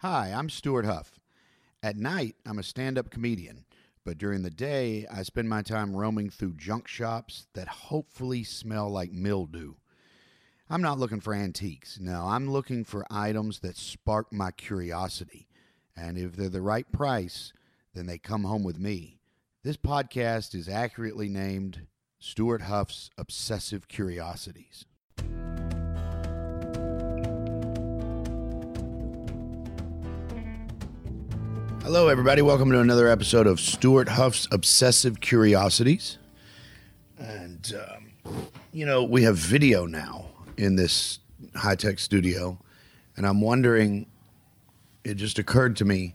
Hi, I'm Stuart Huff. At night, I'm a stand up comedian, but during the day, I spend my time roaming through junk shops that hopefully smell like mildew. I'm not looking for antiques. No, I'm looking for items that spark my curiosity. And if they're the right price, then they come home with me. This podcast is accurately named Stuart Huff's Obsessive Curiosities. Hello, everybody. Welcome to another episode of Stuart Huff's Obsessive Curiosities. And, um, you know, we have video now in this high tech studio. And I'm wondering, it just occurred to me,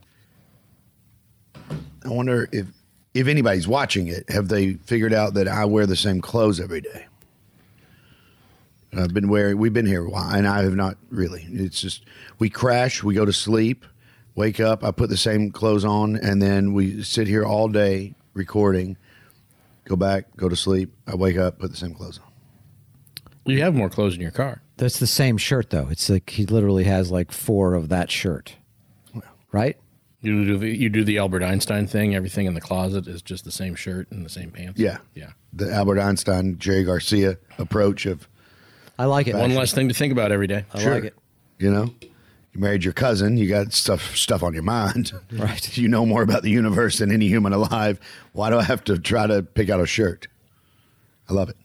I wonder if, if anybody's watching it, have they figured out that I wear the same clothes every day? And I've Uh, been wearing, we've been here a while, and I have not really. It's just, we crash, we go to sleep, wake up, I put the same clothes on, and then we sit here all day recording, go back, go to sleep, I wake up, put the same clothes on. You have more clothes in your car. That's the same shirt though. It's like he literally has like four of that shirt. Right? You do the, you do the Albert Einstein thing. Everything in the closet is just the same shirt and the same pants. Yeah. yeah. The Albert Einstein, Jerry Garcia approach of, I like it. One less thing to think about every day. Uh, I like it. you know, you married your cousin, you got stuff stuff on your mind. Right. you know more about the universe than any human alive. Why do I have to try to pick out a shirt? I love it.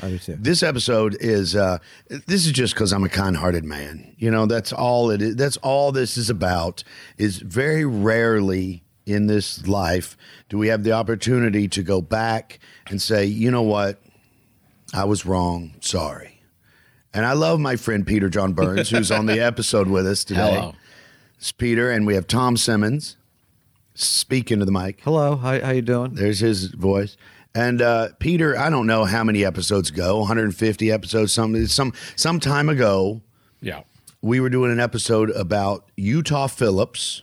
I do too. This episode is uh, this is just because I'm a kind-hearted man. You know, that's all it is. That's all this is about. Is very rarely in this life do we have the opportunity to go back and say, you know what, I was wrong. Sorry. And I love my friend Peter John Burns, who's on the episode with us today. Hello. It's Peter, and we have Tom Simmons. Speak into the mic. Hello, how how you doing? There's his voice. And uh, Peter, I don't know how many episodes ago, 150 episodes, some some some time ago, uh, Yeah. we were doing an episode about Utah Phillips.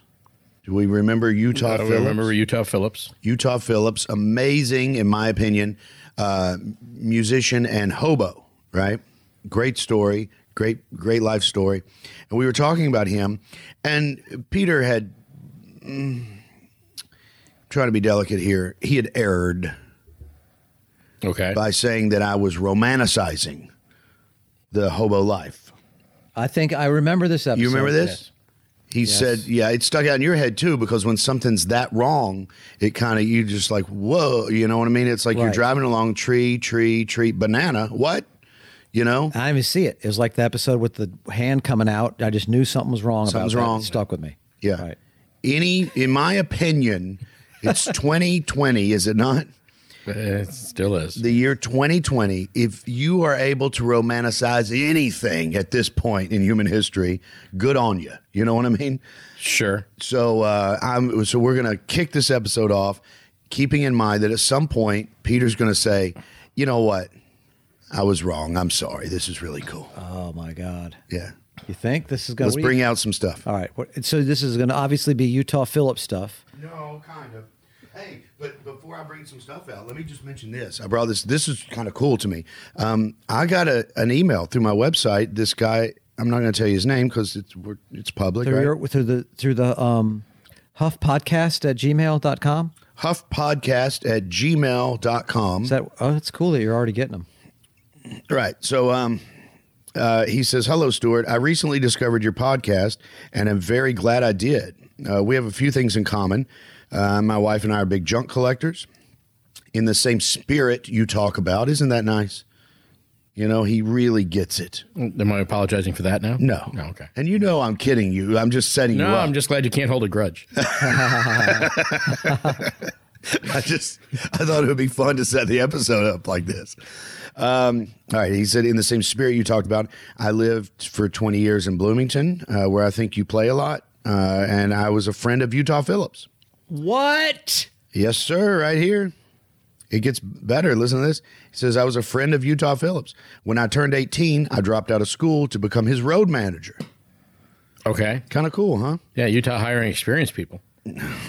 Do we remember Utah I Phillips? remember Utah Phillips. Utah Phillips, amazing in my opinion, uh, musician and hobo, right? Great story, great great life story. And we were talking about him, and Peter had mm, trying to be delicate here. He had erred Okay. by saying that I was romanticizing the hobo life. I think I remember this episode. You remember this? He said, "Yeah, it stuck out in your head too because when something's that wrong, it kind of you just like whoa, you know what I mean? It's like you're Right. driving along, tree, tree, tree, banana, what? You know? I didn't even see it. It was like the episode with the hand coming out. I just knew something was wrong Something's about that. wrong. It stuck with me. Yeah. Right. Any, in my opinion, it's 2020, is it not? It still is. The year 2020. If you are able to romanticize anything at this point in human history, good on you. You know what I mean? sure. So uh, I'm so we're gonna kick this episode off, keeping in mind that at some point Peter's gonna say, "You know what? I was wrong. I'm sorry. This is really cool. Oh my God. yeah, You think this is gonna let's what do bring you- out some stuff." All right. What, so this is gonna obviously be Utah Phillips stuff. No, kind of. Hey, but before I bring some stuff out, let me just mention this. I brought this. This is kind of cool to me. Um, I got a, an email through my website. This guy, I'm not going to tell you his name because it's we're, it's public. Through right? your through the through the um Huff podcast at gmail.com. Huffpodcast at gmail.com. Is that oh that's cool that you're already getting them. Right. So um, uh, he says, Hello, Stuart. I recently discovered your podcast and I'm very glad I did. Uh, we have a few things in common. Uh, my wife and I are big junk collectors. In the same spirit you talk about, isn't that nice? You know, he really gets it. Am I apologizing for that now? No. No. Okay. And you know I'm kidding you. I'm just setting No, you up. I'm just glad you can't hold a grudge. I just I thought it would be fun to set the episode up like this. Um, all right, he said in the same spirit you talked about. I lived for 20 years in Bloomington, uh, where I think you play a lot, uh, and I was a friend of Utah Phillips. What? Yes, sir, right here. It gets better. Listen to this. He says, I was a friend of Utah Phillips. When I turned 18, I dropped out of school to become his road manager. Okay. Kind of cool, huh? Yeah. Utah hiring experienced people.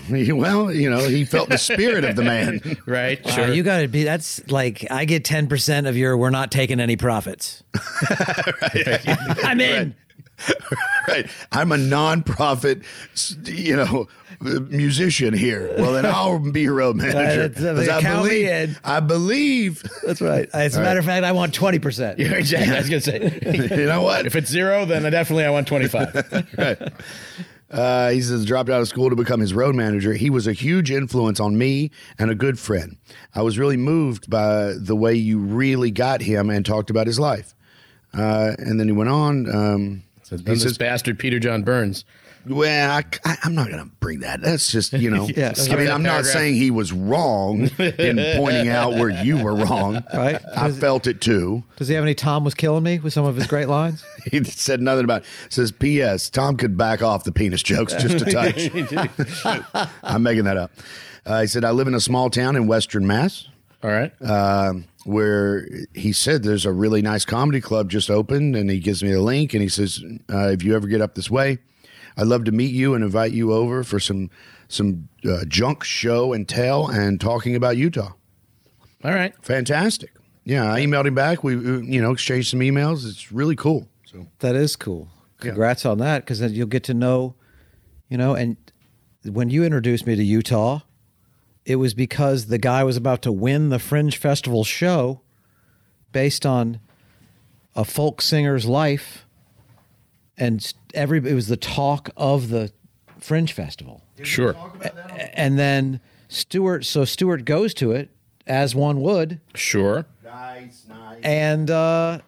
well, you know, he felt the spirit of the man. Right. Uh, Sure. you got to be. That's like I get ten percent of your. We're not taking any profits. I'm in. right. I'm a nonprofit, s- you know, musician here. Well, then I'll be your road manager. that's- that's- 'Cause I count me believe. in. I believe. That's right. As a matter of fact, I want twenty percent. Yeah, exactly. I was gonna say, you know what? if it's zero, then I definitely I want twenty five. Uh, he says dropped out of school to become his road manager. He was a huge influence on me and a good friend. I was really moved by the way you really got him and talked about his life. Uh, and then he went on. Um, he Then this says, bastard Peter John Burns. "Well, I, am not going to bring that. That's just you know. Yeah. I mean, I'm not Paragraph. saying he was wrong in pointing out where you were wrong. Right. I felt it too. Does he have any Tom was killing me with some of his great lines? He said nothing about. It. Says P.S. Tom could back off the penis jokes just a touch. I'm making that up. Uh, he said I live in a small town in Western Mass All right. um, where he said there's a really nice comedy club just opened, and he gives me the link, and he says, uh, "If you ever get up this way, I'd love to meet you and invite you over for some some uh, junk show and tell and talking about Utah." All right. Fantastic. Yeah, I emailed him back. We uh, you know exchanged some emails. It's really cool. So That is cool. Congrats on that, because then you'll get to know, you know. And when you introduced me to Utah, it was because the guy was about to win the Fringe Festival show, based on a folk singer's life, and every it was the talk of the Fringe Festival. Sure. And then Stewart, so Stewart goes to it as one would. Sure. nice, nice. and uh,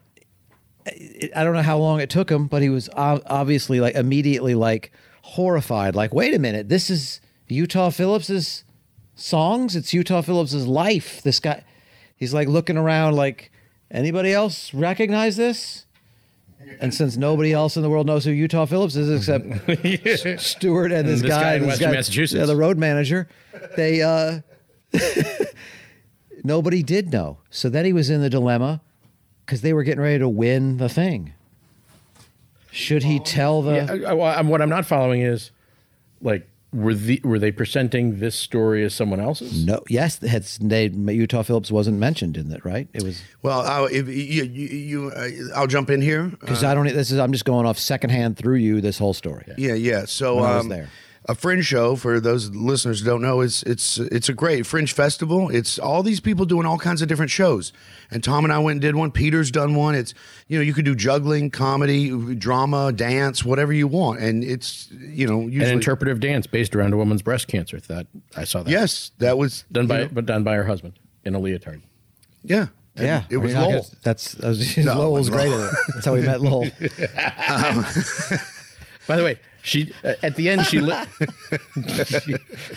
I I don't know how long it took him, but he was ob- obviously like immediately like horrified. Like, wait a minute, this is Utah Phillips's songs. It's Utah Phillips's life. This guy, he's like looking around, like anybody else recognize this? And since nobody else in the world knows who Utah Phillips is except S- Stewart and, this this guy guy, in this Western Massachusetts. yeah, the road manager, they uh, nobody did know. So then he was in the dilemma because they were getting ready to win the thing. Should he tell the? Yeah, I- I- well, I'm- what I'm not following is, like, were the were they presenting this story as someone else's? No. Yes, they had, they, Utah Phillips wasn't mentioned in it, right? It was Well, I'll, if you, you, you uh, I'll jump in here. because I don't. e, This is. I'm just going off secondhand through you. This whole story. Yeah, yeah. So When I was um, there. a fringe show for those listeners who don't know is it's it's a great fringe festival. It's all these people doing all kinds of different shows. And Tom and I went and did one. Peter's done one. It's you know you could do juggling, comedy, drama, dance, whatever you want. And it's you know An usually interpretive dance based around a woman's breast cancer. That I saw that. yes that was Done by you know, but done by her husband in a leotard. yeah And Yeah, it was I mean, I Lowell. guess That's that was, No, Lowell's it was great at it. That's how we met Lowell. By the way, she uh, at the end she lit.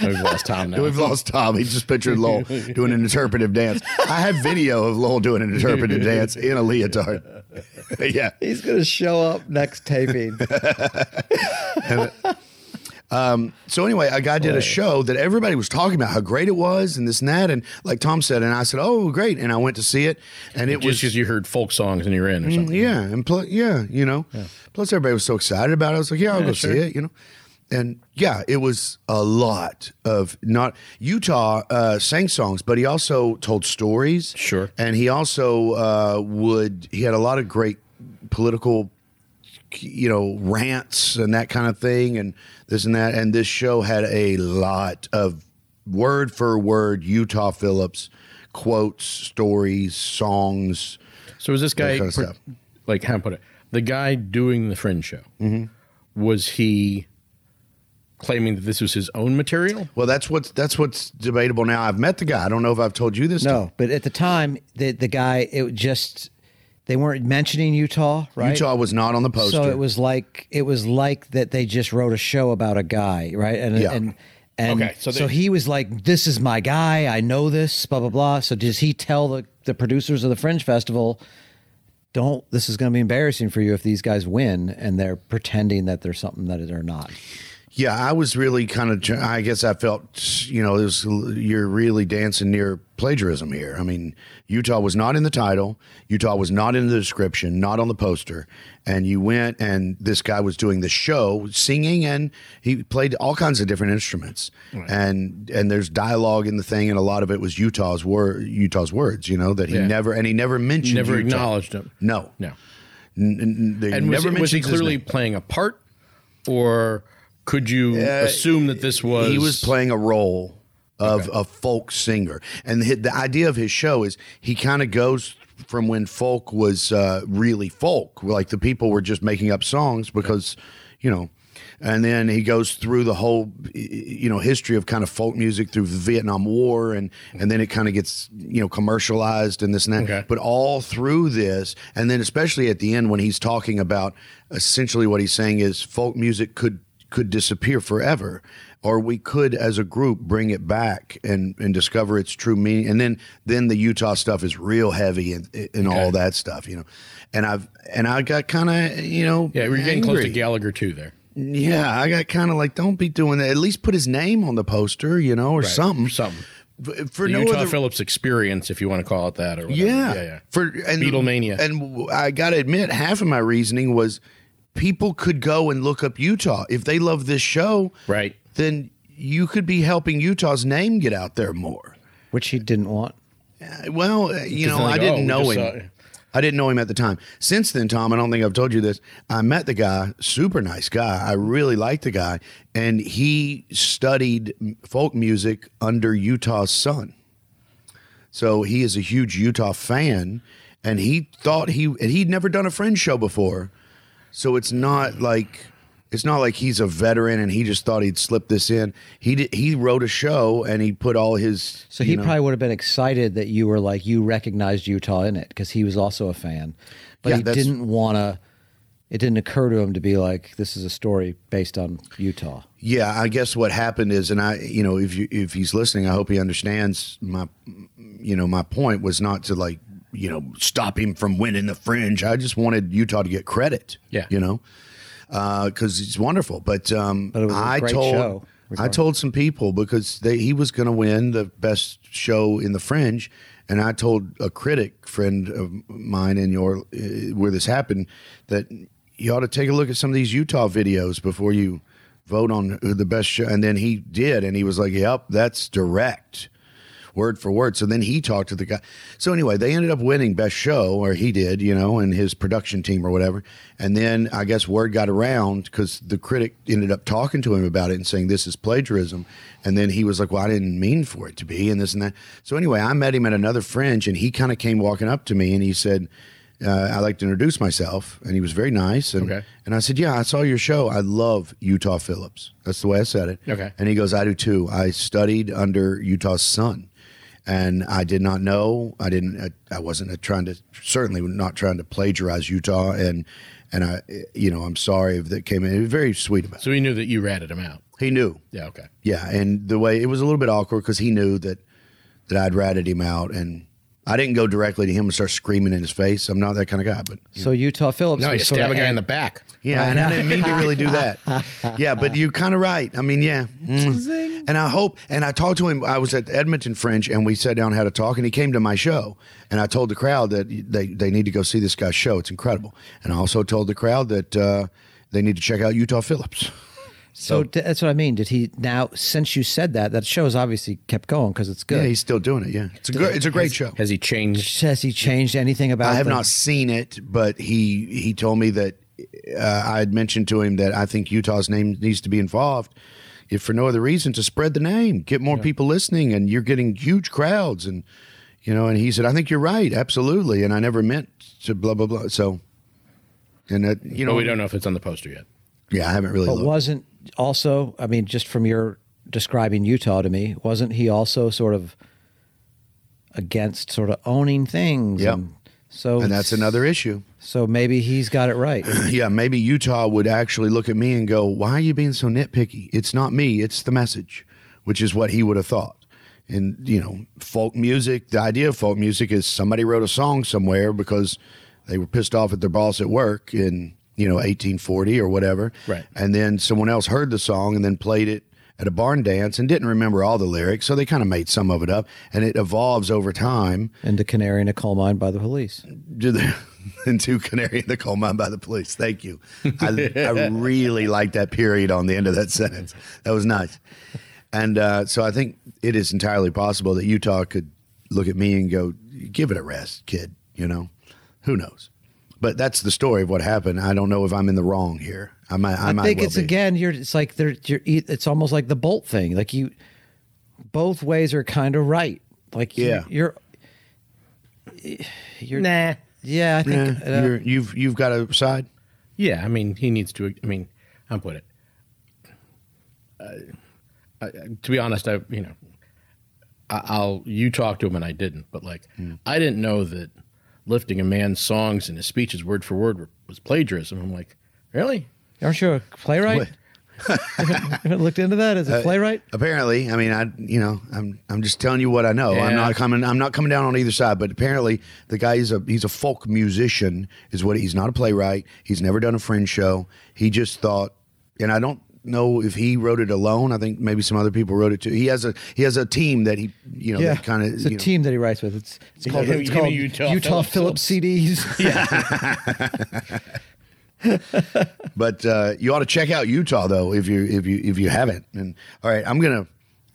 We've lost Tom now. We've lost Tom. He just pictured Lowell doing an interpretive dance. I have video of Lowell doing an interpretive dance in a leotard. yeah. He's gonna show up next taping. So anyway, a guy did a show that everybody was talking about how great it was and this and that. And like Tom said, and I said, "Oh, great!" And I went to see it, and it Just was because you heard folk songs and you're in or something. yeah, and plus yeah, you know, plus everybody was so excited about it. I was like, "Yeah, I'll go sure. see it," you know. And yeah, it was a lot of not Utah uh, sang songs, but he also told stories. Sure. and he also uh, would. He had a lot of great political you know rants and that kind of thing and this and that and this show had a lot of word for word utah phillips quotes stories songs So was this guy kinda per- stuff. like how to put it? The guy doing the fringe show Mm-hmm. was he claiming that this was his own material? well that's what's that's what's debatable now i've met the guy i don't know if i've told you this No, but at the time, the the guy it was just they weren't mentioning Utah, time. right? utah was not on the poster So it was like it was like that they just wrote a show about a guy, right? And Yeah. and and Okay, so, so they- he was like, "This is my guy. I know this." Blah blah blah. So does he tell the the producers of the Fringe Festival? Don't. This is going to be embarrassing for you if these guys win and they're pretending that they're something that they're not. Yeah, I was really kind of. I guess I felt, you know, it was, you're really dancing near plagiarism here. I mean, Utah was not in the title. Utah was not in the description, not on the poster. And you went, and this guy was doing the show, singing, and he played all kinds of different instruments. And and there's dialogue in the thing, and a lot of it was Utah's word, Utah's words. You know that he Yeah. never and he never mentioned, Never Utah. acknowledged him. No, No. N- n- they And was, never he- was he mentions his clearly name. playing a part, or could you assume that this was he was playing a role of a folk singer, and the, the idea of his show is he kind of goes from when folk was uh, really folk, like the people were just making up songs because, you know. And then he goes through the whole, y- y- you know, history of kind of folk music through the Vietnam War, and and then it kind of gets, you know, commercialized and this and that. Okay. But all through this, and then especially at the end when he's talking about essentially what he's saying is folk music could could disappear forever or we could as a group bring it back and and discover its true meaning and then then the utah stuff is real heavy and and all that stuff you know and i've and i got kind of you know Yeah, we're getting close to angry. Gallagher too. There, yeah i got kind of like don't be doing that at least put his name on the poster you know or something something. for, for The no Utah other Phillips experience, if you want to call it that, or whatever. yeah. yeah, yeah. For and Beatlemania. And w- I got to admit, half of my reasoning was people could go and look up Utah if they love this show. Right. Then you could be helping Utah's name get out there more. which he didn't want. Uh, Well, uh, you Because know, then they I go, didn't "Oh, know we him. just saw it." I didn't know him at the time. Since then, Tom, I don't think I've told you this. I met the guy, super nice guy. I really liked the guy, and he studied m- folk music under Utah's son. So he is a huge Utah fan, and he thought he and he'd never done a friend show before. So it's not like it's not like he's a veteran and he just thought he'd slip this in. He did, he wrote a show and he put all his So you he know- probably would have been excited that you were like you recognized Utah in it because he was also a fan, but Yeah, he that's- didn't want to. It didn't occur to him to be like this is a story based on Utah. Yeah, I guess what happened is, and I, you know, if you if he's listening, I hope he understands my, you know, my point was not to like, you know, stop him from winning the fringe. I just wanted Utah to get credit. Yeah. you know, because Uh, he's wonderful. But um, But it was a I great told show, I told some people because they, he was going to win the best show in the fringe, and I told a critic friend of mine in your uh, where this happened that you ought to take a look at some of these Utah videos before you vote on who the best show. And then he did, and he was like, "Yep, that's direct." word for word. So then he talked to the guy. So anyway, they ended up winning best show, or he did, you know, and his production team or whatever. And then I guess word got around because the critic ended up talking to him about it and saying this is plagiarism. And then he was like, "Well, I didn't mean for it to be," and this and that. So anyway, I met him at another fringe, and he kind of came walking up to me and he said. Uh, I like to introduce myself, and he was very nice. And, Okay. and I said, "Yeah, I saw your show. I love Utah Phillips. That's the way I said it." Okay. And he goes, I do too. I studied under Utah's son. And I did not know. I didn't. I, I wasn't uh, trying to. Certainly not trying to plagiarize Utah. And and I, you know, I'm sorry if that came in. He was very sweet about it. So he knew that you ratted him out. He knew. Yeah, okay. Yeah, and the way it was a little bit awkward because he knew that that I'd ratted him out, and I didn't go directly to him and start screaming in his face. I'm not that kind of guy. But So Utah Phillips. No, you was sorta stab a guy ang- in the back. Yeah, and I didn't mean to really do that. Yeah, but you're kind of right. I mean, yeah. Mm. And I hope, and I talked to him. I was at the Edmonton Fringe, and we sat down, and had a talk, and he came to my show. And I told the crowd that they, they need to go see this guy's show. It's incredible. And I also told the crowd that uh, they need to check out Utah Phillips. So d- that's what I mean. Did he now? Since you said that, that show's obviously kept going because it's Yeah, good. he's still doing it. Yeah, it's a good, it's a great show. Has he changed? Has he changed anything about? I have the- not seen it, but he he told me that uh, I had mentioned to him that I think Utah's name needs to be involved, if for no other reason to spread the name, get more people listening, and you're getting huge crowds, and you know. And he said, I think you're right, absolutely, and I never meant to blah blah blah. So, and that you know, But we don't know if it's on the poster yet. yeah, I haven't really But looked. wasn't also? I mean, just from your describing Utah to me, wasn't he also sort of against sort of owning things? Yep. And so and that's another issue. So maybe he's got it right. Yeah, maybe Utah would actually look at me and go, "Why are you being so nitpicky? It's not me, it's the message," which is what he would have thought. And you know, folk music. The idea of folk music is somebody wrote a song somewhere because they were pissed off at their boss at work in you know 1840 or whatever, Right. And then someone else heard the song and then played it at a barn dance and didn't remember all the lyrics, so they kind of made some of it up, and it evolves over time and the canary in a coal mine by the police. do the into Canary in the Coal Mine by the Police. Thank you. I, I really like that period on the end of that sentence. That was nice. And uh, so I think it is entirely possible that Utah could look at me and go, give it a rest, kid. You know, who knows? But that's the story of what happened. I don't know if I'm in the wrong here. I might. I, I might think well it's be. again. You're. It's like they're. You're. e- It's almost like the bolt thing. Like you, both ways are kind of right. Like you- Yeah. you're. You're. Nah. Yeah, I Yeah, think. uh, you're, you've you've got a side. Yeah, I mean, he needs to. I mean, how put it? Uh, I, to be honest, I you know, I, I'll you talked to him and I didn't, but like Hmm. I didn't know that lifting a man's songs and his speeches word for word were, was plagiarism. I'm like, really? aren't you a playwright? Haven't looked into that. Uh, Is a playwright? Apparently, I mean, I you know, I'm I'm just telling you what I know. I'm Yeah. not coming. I'm not coming down on either side. But apparently, the guy is a he's a folk musician. Is what he's not a playwright. He's never done a fringe show. He just thought, and I don't know if he wrote it alone. I think maybe some other people wrote it too. He has a he has a team that he you know that kind of It's a team that he writes with. It's it's called, him- it's him and called Utah Utah, Phillips. Phillips CDs. But uh, you ought to check out Utah though if you if you if you haven't. And all right, I'm gonna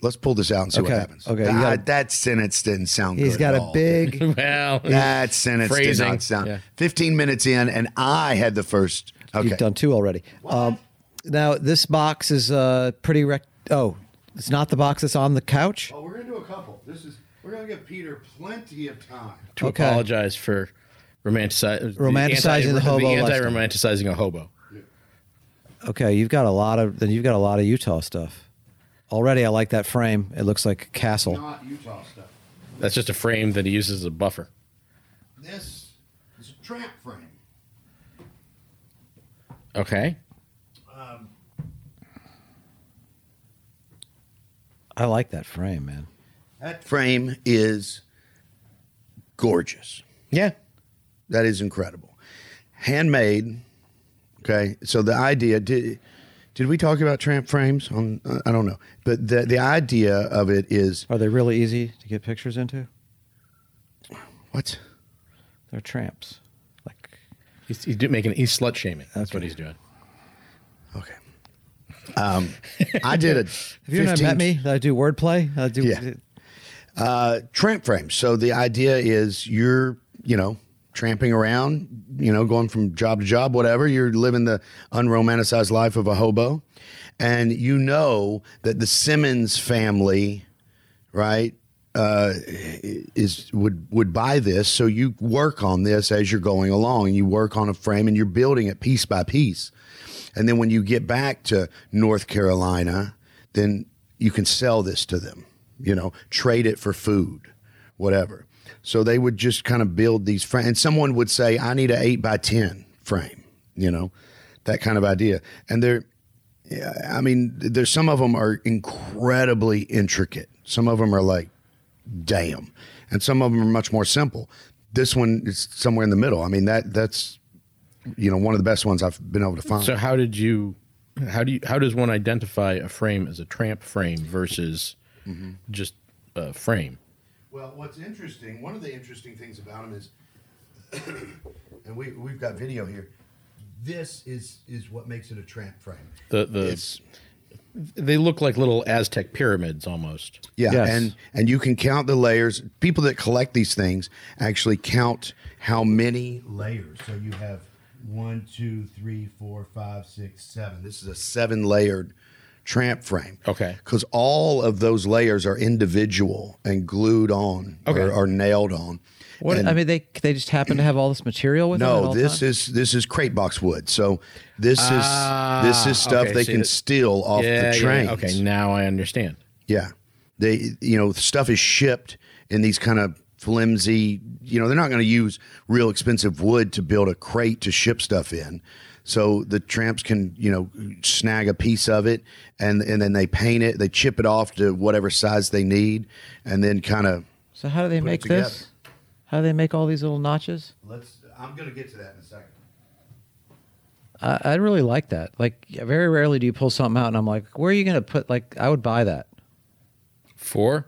let's pull this out and see what Okay, happens. okay, you Ah, gotta- that sentence didn't sound. He's good got at a all. big. well, That sentence did Phrasing. not sound. Yeah. 15 minutes in, and I had the first. Okay. You've done two already. Um, now this box is uh, pretty. Rec- oh, it's not the box that's on the couch. Oh, we're gonna do a couple. This is we're gonna give Peter plenty of time. to Okay. apologize for romanticizing Romanticizing the hobo the lifestyle. anti-romanticizing a hobo. Okay, you've got a lot of. Then you've got a lot of Utah stuff. Already, I like that frame. It looks like a castle. Not Utah stuff. That's just a frame that he uses as a buffer. This is a trap frame. Okay. I like that frame, man. That frame is gorgeous. Yeah. That is incredible. Handmade. Okay. So the idea did did we talk about tramp frames on I don't know. But the the idea of it is Are they really easy to get pictures into? what? They're tramps. Like He's, he's do- making he's slut shaming. That's what Okay. he's doing. Okay. Um, I did a have you not 15 met me? I do wordplay. I do. Yeah. uh, tramp frames. So the idea is you're, you know, tramping around, you know, going from job to job, whatever. You're living the unromanticized life of a hobo. And you know that the Simmons family, right, uh, is would would buy this. So you work on this as you're going along, and you work on a frame, and you're building it piece by piece. And then when you get back to North Carolina, then you can sell this to them, you know, trade it for food, whatever. So they would just kind of build these frames. And someone would say, I need an eight by 10 frame, you know, that kind of idea. And they're, yeah, I mean, there's some of them are incredibly intricate. Some of them are like, damn. And some of them are much more simple. This one is somewhere in the middle. I mean, that that's, you know, one of the best ones I've been able to find. So how did you? How do you? How does one identify a frame as a tramp frame versus just a frame? Well, what's interesting, one of the interesting things about him is, and we we've got video here. This is is what makes it a tramp frame. The the It's- they look like little Aztec pyramids almost. Yeah, Yes. and and you can count the layers. People that collect these things actually count how many layers. So you have one, two, three, four, five, six, seven. This is a seven layered tramp frame. Okay. Because all of those layers are individual and glued on Okay. or, or nailed on. What And- I mean, they they just happen to have all this material with them. No, this is this is crate box wood. So this is this Ah, is stuff okay, they see can that- steal off yeah, the yeah, trains. yeah. Okay, now I understand. Yeah. They you know, stuff is shipped in these kind of flimsy, you know, they're not going to use real expensive wood to build a crate to ship stuff in. So the tramps can, you know, snag a piece of it and and then they paint it, they chip it off to whatever size they need and then kind of So how do they Put it make together. this? How do they make all these little notches? Let's I'm going to get to that in a second. I, I really like that. Like very rarely do you pull something out and I'm like, where are you going to put? Like I would buy that. Four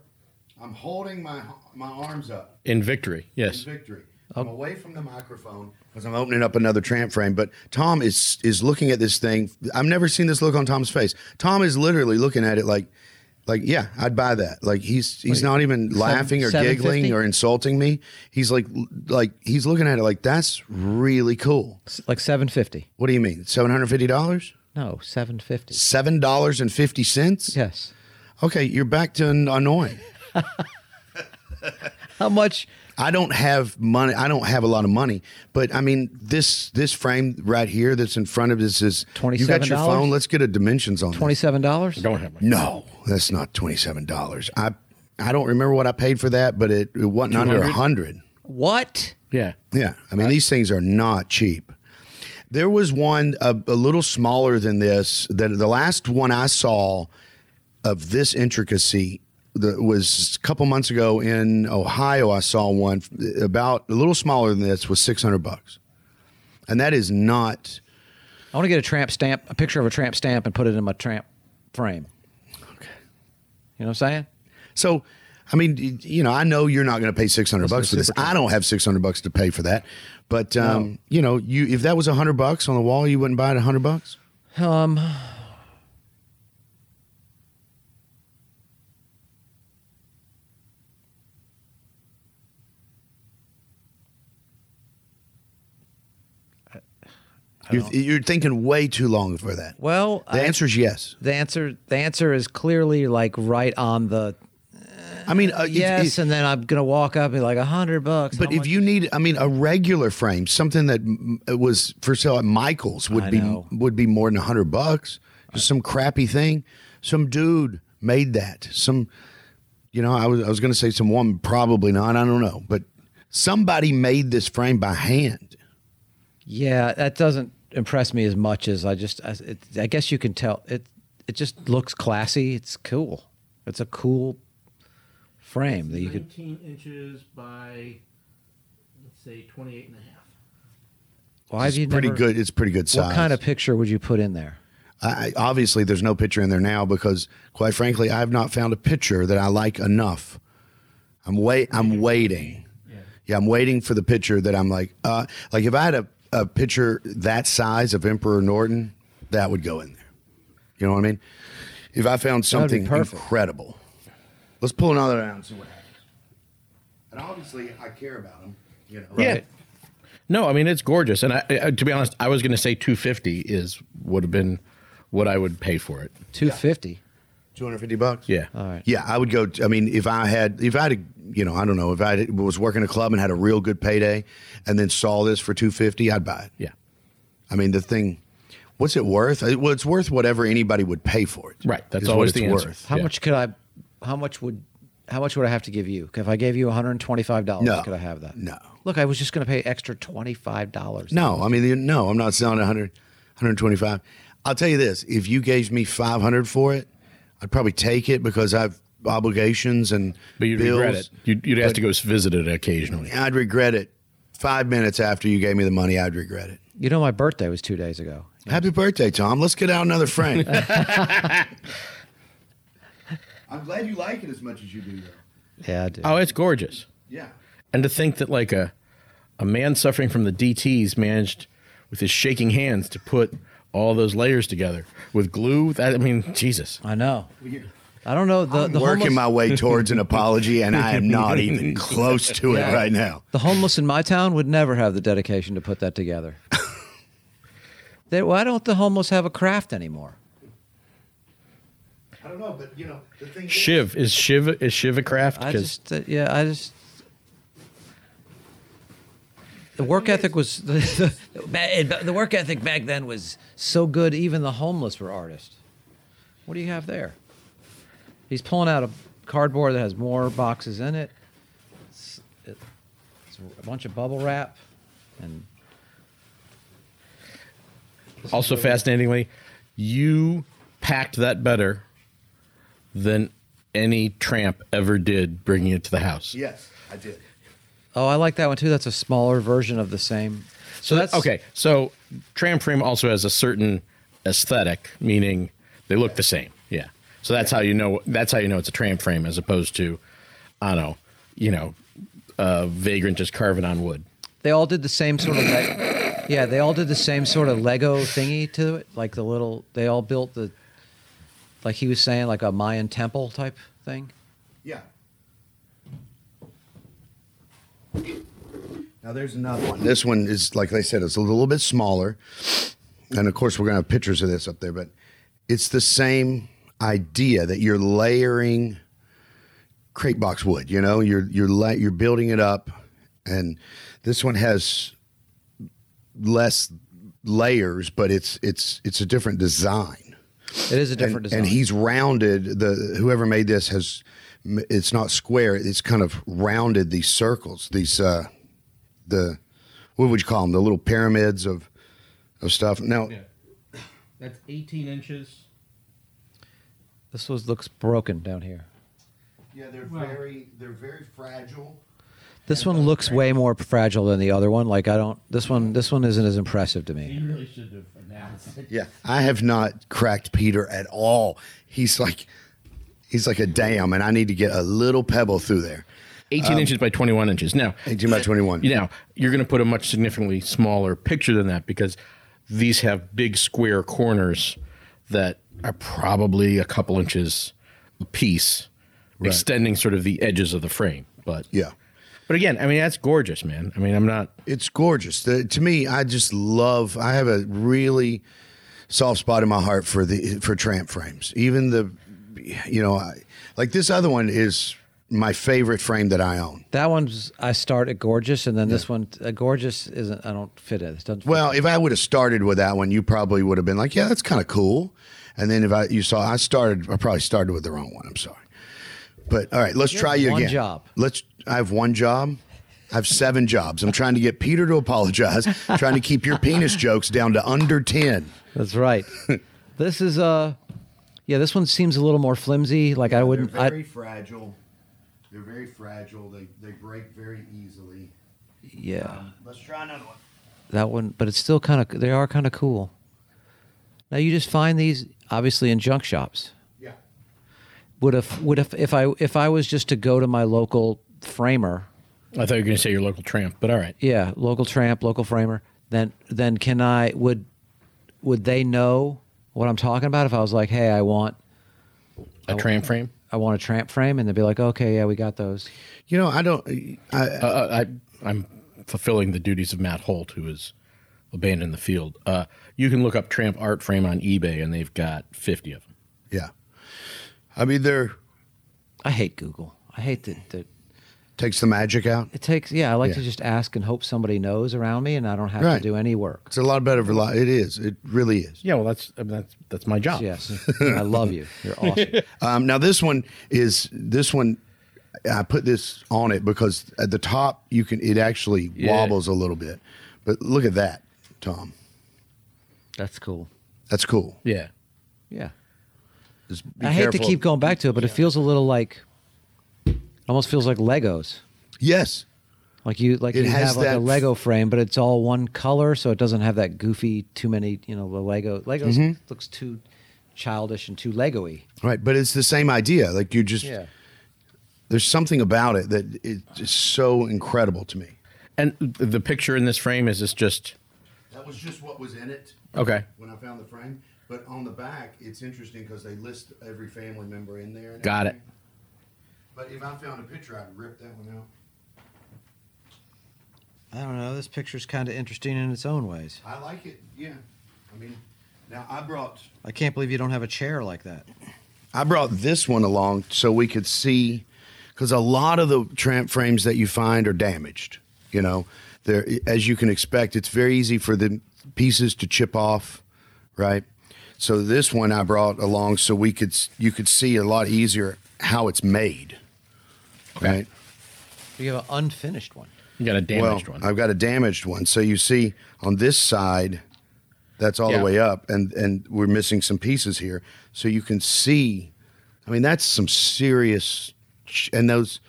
I'm holding my my arms up. in victory. Yes. in victory. I'm away from the microphone because I'm opening up another tramp frame. But Tom is is looking at this thing. I've never seen this look on Tom's face. Tom is literally looking at it like, Like, yeah, I'd buy that. Like, he's he's not even laughing or giggling 750? or insulting me. He's like, like he's looking at it like that's really cool. S- Like seven fifty. What do you mean? Seven hundred fifty dollars? No, seven fifty. Seven dollars and fifty cents? Yes. Okay, you're back to an- annoying. How much? I don't have money. I don't have a lot of money, but I mean this this frame right here that's in front of this is You got your $27? phone. Let's get a dimensions on this. Twenty seven dollars. Don't have my No, that's not twenty seven dollars. I I don't remember what I paid for that, but it, it wasn't under a hundred. What? yeah. Yeah, I mean these things are not cheap. There was one a, a little smaller than this. That the last one I saw of this intricacy that was a couple months ago in Ohio. I saw one f- about a little smaller than this was six hundred bucks, and that is not. I want to get a tramp stamp, a picture of a tramp stamp, and put it in my tramp frame. You know what I'm saying? So, I mean, y- you know, I know you're not going to pay 600 bucks for this. I don't have 600 bucks to pay for that. But, um, you know, you if that was 100 bucks on the wall, you wouldn't buy it 100 bucks? Um, Um, you're, you're thinking way too long for that. Well, the answer is yes. the answer the answer is clearly like right on the I mean, uh, if- yes, if- and then I'm gonna walk up and be like a hundred bucks. But How if much- you need, I mean, a regular frame, something that m- was for sale at Michaels would I be know. would be more than hundred bucks. Just some crappy thing. Some dude made that. Some, you know, I was I was going to say some woman, probably not. I don't know, but somebody made this frame by hand. yeah, that doesn't impress me as much as I just I, it, I guess you can tell it. It just looks classy. It's cool. It's a cool frame that you could. 19 inches by, let's say, 28 and a half. Why have you Pretty never- good. It's pretty good size. What kind of picture would you put in there? I, I- obviously, there's no picture in there now because, quite frankly, I've not found a picture that I like enough. I'm wait. I'm waiting. Yeah. I'm waiting for the picture that I'm like, uh, like if I had a, a picture that size of Emperor Norton, that would go in there. You know what I mean? If I found would be something perfect. incredible, let's pull another out and see what happens. And obviously, I care about them. You know. Yeah. No, I mean it's gorgeous, and I, I, to be honest, I was going to say two fifty is would have been what I would pay for it. Two fifty. Two hundred fifty bucks. Yeah. All right. Yeah, I would go. I mean, if I had, if I had, a, you know, I don't know, if I had, was working a club and had a real good payday, and then saw this for two fifty, I'd buy it. Yeah. I mean, the thing, what's it worth? Uh, Well, it's worth whatever anybody would pay for it. Right, that's is what always it's the answer. How Yeah. much could I? How much would? How much would I have to give you? If I gave you one hundred and twenty-five dollars, No. could I have that? No. Look, I was just going to pay extra twenty-five dollars. No, I mean, you- no, I'm not selling 100, 125. I'll tell you this: if you gave me five hundred for it, I'd probably take it because I've obligations and But you'd bills. regret it. You'd, you'd have to go visit it occasionally. I'd regret it. Five minutes after you gave me the money, I'd regret it. You know, my birthday was two days ago. Happy birthday, Tom. Let's get out another frame. I'm glad you like it as much as you do, though. Yeah, I do. Oh, it's gorgeous. Yeah. And to think that like a a man suffering from the DTs managed with his shaking hands to put all those layers together with glue. That I mean, Jesus. I know. I don't know the the Working homeless, my way towards an apology, and I am not even close to it right now. the homeless in my town would never have the dedication to put that together. they, why don't the homeless have a craft anymore? I don't know, but you know, the thing Shiv is Shiv is Shiv a craft? I 'Cause- just uh, yeah, I just the work ethic was the, the, the work ethic back then was so good even the homeless were artists. What do you have there? He's pulling out a cardboard that has more boxes in it. It's, it- it's a bunch of bubble wrap and also fascinatingly, you packed that better than any tramp ever did bringing it to the house. Yes, I did. oh, I like that one too. That's a smaller version of the same. So that's Okay, so tram frame also has a certain aesthetic, meaning they look the same. Yeah. So that's how you know that's how you know it's a tram frame as opposed to I don't know, you know, uh vagrant just carving on wood. They all did the same sort of leg- yeah, they all did the same sort of Lego thingy to it, like the little they all built the like he was saying, like a Mayan temple type thing. Yeah. Now there's another one. This one is like they said, it's a little bit smaller, and of course we're gonna have pictures of this up there. But it's the same idea that you're layering crate box wood. You know, you're you're la- you're building it up, and this one has less layers, but it's it's it's a different design. It is a different and, design. and he's rounded the whoever made this has m- it's not square it's kind of rounded these circles these uh the what would you call them the little pyramids of of stuff now Yeah. That's 18 inches. this was looks broken down here. yeah they're Well- very they're very fragile This one looks way more fragile than the other one. Like I don't. This one. This one isn't as impressive to me. You really should have announced it. yeah i have not cracked peter at all he's like he's like a dam and i need to get a little pebble through there 18 Um, inches by 21 inches. Now, 18 by 21 you know, you're going to put a much significantly smaller picture than that because these have big square corners that are probably a couple inches apiece, extending sort of the edges of the frame. But yeah but again, I mean, that's gorgeous, man. I mean, I'm not. It's gorgeous. The, to me, I just love. I have a really soft spot in my heart for the for tramp frames. Even the, you know, I, like this other one is my favorite frame that I own. That one's I start at gorgeous, and then this one, uh, gorgeous isn't. I don't fit it. It doesn't. fit. Well, if I would have started with that one, you probably would have been like, yeah, that's kind of cool. And then if I you saw, I started. I probably started with the wrong one. I'm sorry. But all right, let's You try have you one again. job. Let's. I have one job. I have seven jobs. I'm trying to get Peter to apologize. trying to keep your penis jokes down to under ten. That's right. this is uh yeah, this one seems a little more flimsy. Like I wouldn't They're very I fragile. They're very fragile. They they break very easily. Um, yeah. Let's try another one. That one but it's still kind of they are kind of cool. Now you just find these obviously in junk shops. Yeah. Would if would if if I if I was just to go to my local framer, I thought you were going to say your local tramp, but all right. yeah, local tramp, local framer, then then can I would would they know what I'm talking about if I was like, "Hey, I want A tramp frame. I want a tramp frame." And they'd be like, "Okay, yeah, we got those." You know, I don't. I, Uh, I, I'm fulfilling the duties of Matt Holt, who is abandoned the field. Uh, you can look up tramp art frame on eBay, and they've got 50 of them. yeah. I mean, they're I hate Google. I hate that that takes the magic out. It takes, yeah, I like to Yeah. just ask and hope somebody knows around me and I don't have Right. to do any work. It's a lot better. For, li- it is. It really is. Yeah, well, that's I mean, that's that's my job. Yes. I love you. You're awesome. Um, now this one is this one. I put this on it because at the top you can it actually wobbles a little bit, but look at that, Tom. That's cool. That's cool. Yeah. Yeah. Just be I hate to careful. keep going back to it, but it feels a little like, almost feels like Legos. Yes, Like you, like It you has have like that- a Lego frame, but it's all one color, so it doesn't have that goofy, too many, you know, the Lego. Legos looks too childish and too Lego-y. right. But it's the same idea. Like you just there's something about it that it is so incredible to me. And th- the picture in this frame is this just That was just what was in it okay? when I found the frame. But on the back, it's interesting because they list every family member in there. and Got it. everything. But if I found a picture, I'd rip that one out. I don't know. This picture's kind of interesting in its own ways. I like it. Yeah. I mean, now I brought I can't believe you don't have a chair like that. I brought this one along so we could see, because a lot of the tramp frames that you find are damaged. You know, they're as you can expect, it's very easy for the pieces to chip off, right? So this one I brought along so we could s- you could see a lot easier how it's made, right? You have an unfinished one. You got a damaged well, one. I've got a damaged one. So you see on this side, that's all Yeah. the way up, and and we're missing some pieces here. So you can see, I mean, that's some serious, ch- and those,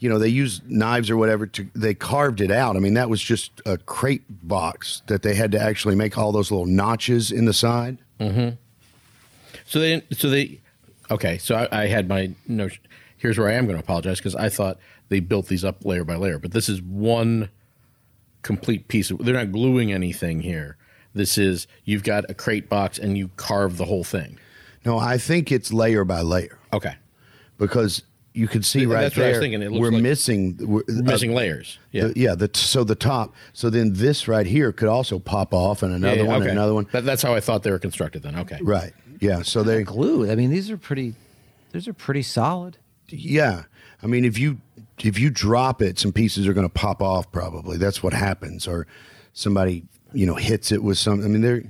you know, they used knives or whatever to they carved it out. I mean, that was just a crate box that they had to actually make all those little notches in the side. so they didn't- so they okay. So I, I had my notion. Here's where I am going to apologize because I thought they built these up layer by layer, but this is one complete piece. Of, they're not gluing anything here. This is you've got a crate box and you carve the whole thing. No, I think it's layer by layer Okay. because you can see Th- right that's what there. I was thinking. It looks we're like- missing. We're, Missing layers. Yeah. The, yeah. The, so the top. So then this right here could also pop off, and another Yeah, yeah, one, okay. and another one. That, that's how I thought they were constructed then. Okay. Right. Yeah. So they. Glue. I mean, these are pretty. These are pretty solid. Yeah. I mean, if you if you drop it, some pieces are going to pop off. Probably that's what happens. Or somebody you know hits it with some. I mean, they're.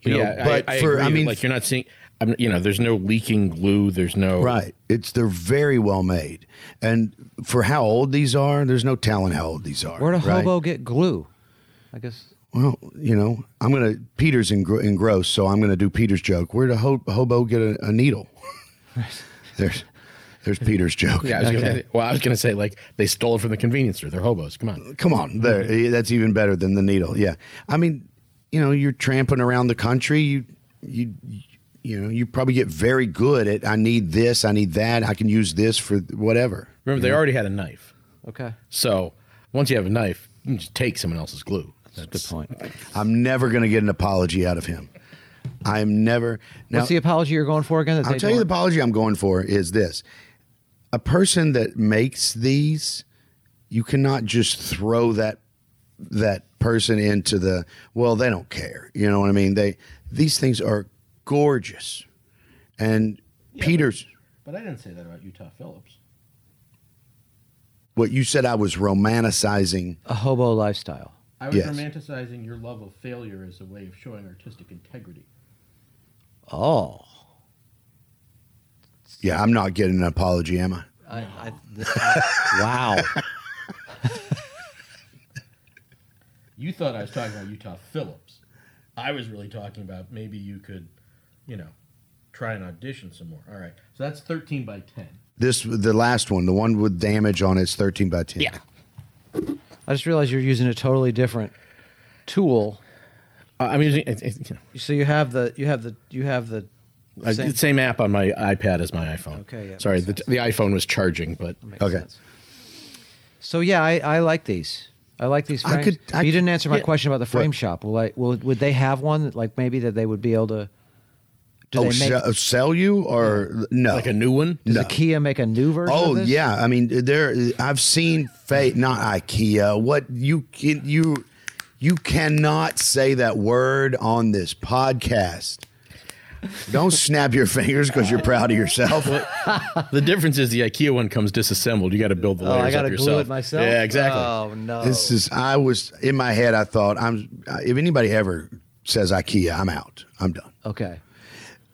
You know, yeah. but I, I for agree I that, mean, like you're not seeing, I'm, you know, there's no leaking glue. There's no. Right. It's they're very well made. And for how old these are, there's no telling how old these are. Where'd a right? hobo get glue? I guess. Well, you know, I'm gonna Peter's in, gr- in gross, so I'm gonna do Peter's joke. Where'd a ho- hobo get a, a needle? there's there's Peter's joke. Yeah. I was gonna, well, I was going to say, like, they stole it from the convenience store. They're hobos. Come on. Come on, there. eh, That's even better than the needle. Yeah. I mean, you know, you're tramping around the country. You you you know, you probably get very good at I need this, I need that, I can use this for whatever. Remember, they already had a knife. Okay. So once you have a knife, you can just take someone else's glue. That's Good point. I'm never going to get an apology out of him. I'm never. Now, What's the apology you're going for again? That I'll they tell you the don't- apology I'm going for is this: a person that makes these, you cannot just throw that that person into the. Well, they don't care. You know what I mean? They these things are gorgeous, and Peter's. But I didn't say that about uh, Utah Phillips. What you said, I was romanticizing. a hobo lifestyle. I was Yes. romanticizing your love of failure as a way of showing artistic integrity. Oh. Yeah, I'm not getting an apology, am I? I, I, this, I- wow. You thought I was talking about Utah Phillips. I was really talking about maybe you could, you know, try and audition some more. All right. So that's 13 by 10. This the last one, the one with damage on it's 13 by 10. Yeah. I just realized you're using a totally different tool. Uh, I'm using it, it, you know, So you have the you have the you have the I- same- the same app on my iPad as my iPhone. Okay, yeah, Sorry, makes the, the iPhone was charging, but uh, Makes Okay. sense. So yeah, I, I like these. I like these I frames. could- I you could- didn't answer my yeah. question about the frame What? shop. Will I, will, would they have one that like maybe that they would be able to? Do oh, they make? se- sell you or no? like a new one. does no. IKEA make a new version? Oh of this? yeah, I mean there. I've seen fake, not IKEA. What you can you you cannot say that word on this podcast. Don't snap your fingers because you're proud of yourself. Oh. The difference is the IKEA one comes disassembled. You got to build the Oh, layers I gotta up glue yourself. it myself. Yeah, exactly. Oh no. This is. I was in my head. I thought, I'm. If anybody ever says IKEA, I'm out. I'm done. okay.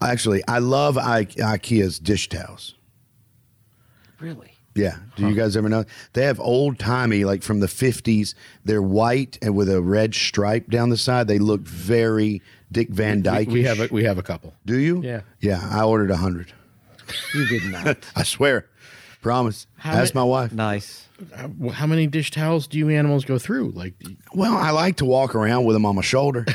Actually, I love I, IKEA's dish towels. Really. Yeah. Do you guys ever know? They have old timey, like from the 50s. They're white and with a red stripe down the side. They look very Dick Van Dyke. we have a, we have a couple. Do you? Yeah. Yeah. I ordered a 100. You did not. I swear. Promise. How Ask ma- my wife. nice. Uh, How- How many dish towels do you animals go through? Like, Well, I like to walk around with them on my shoulder.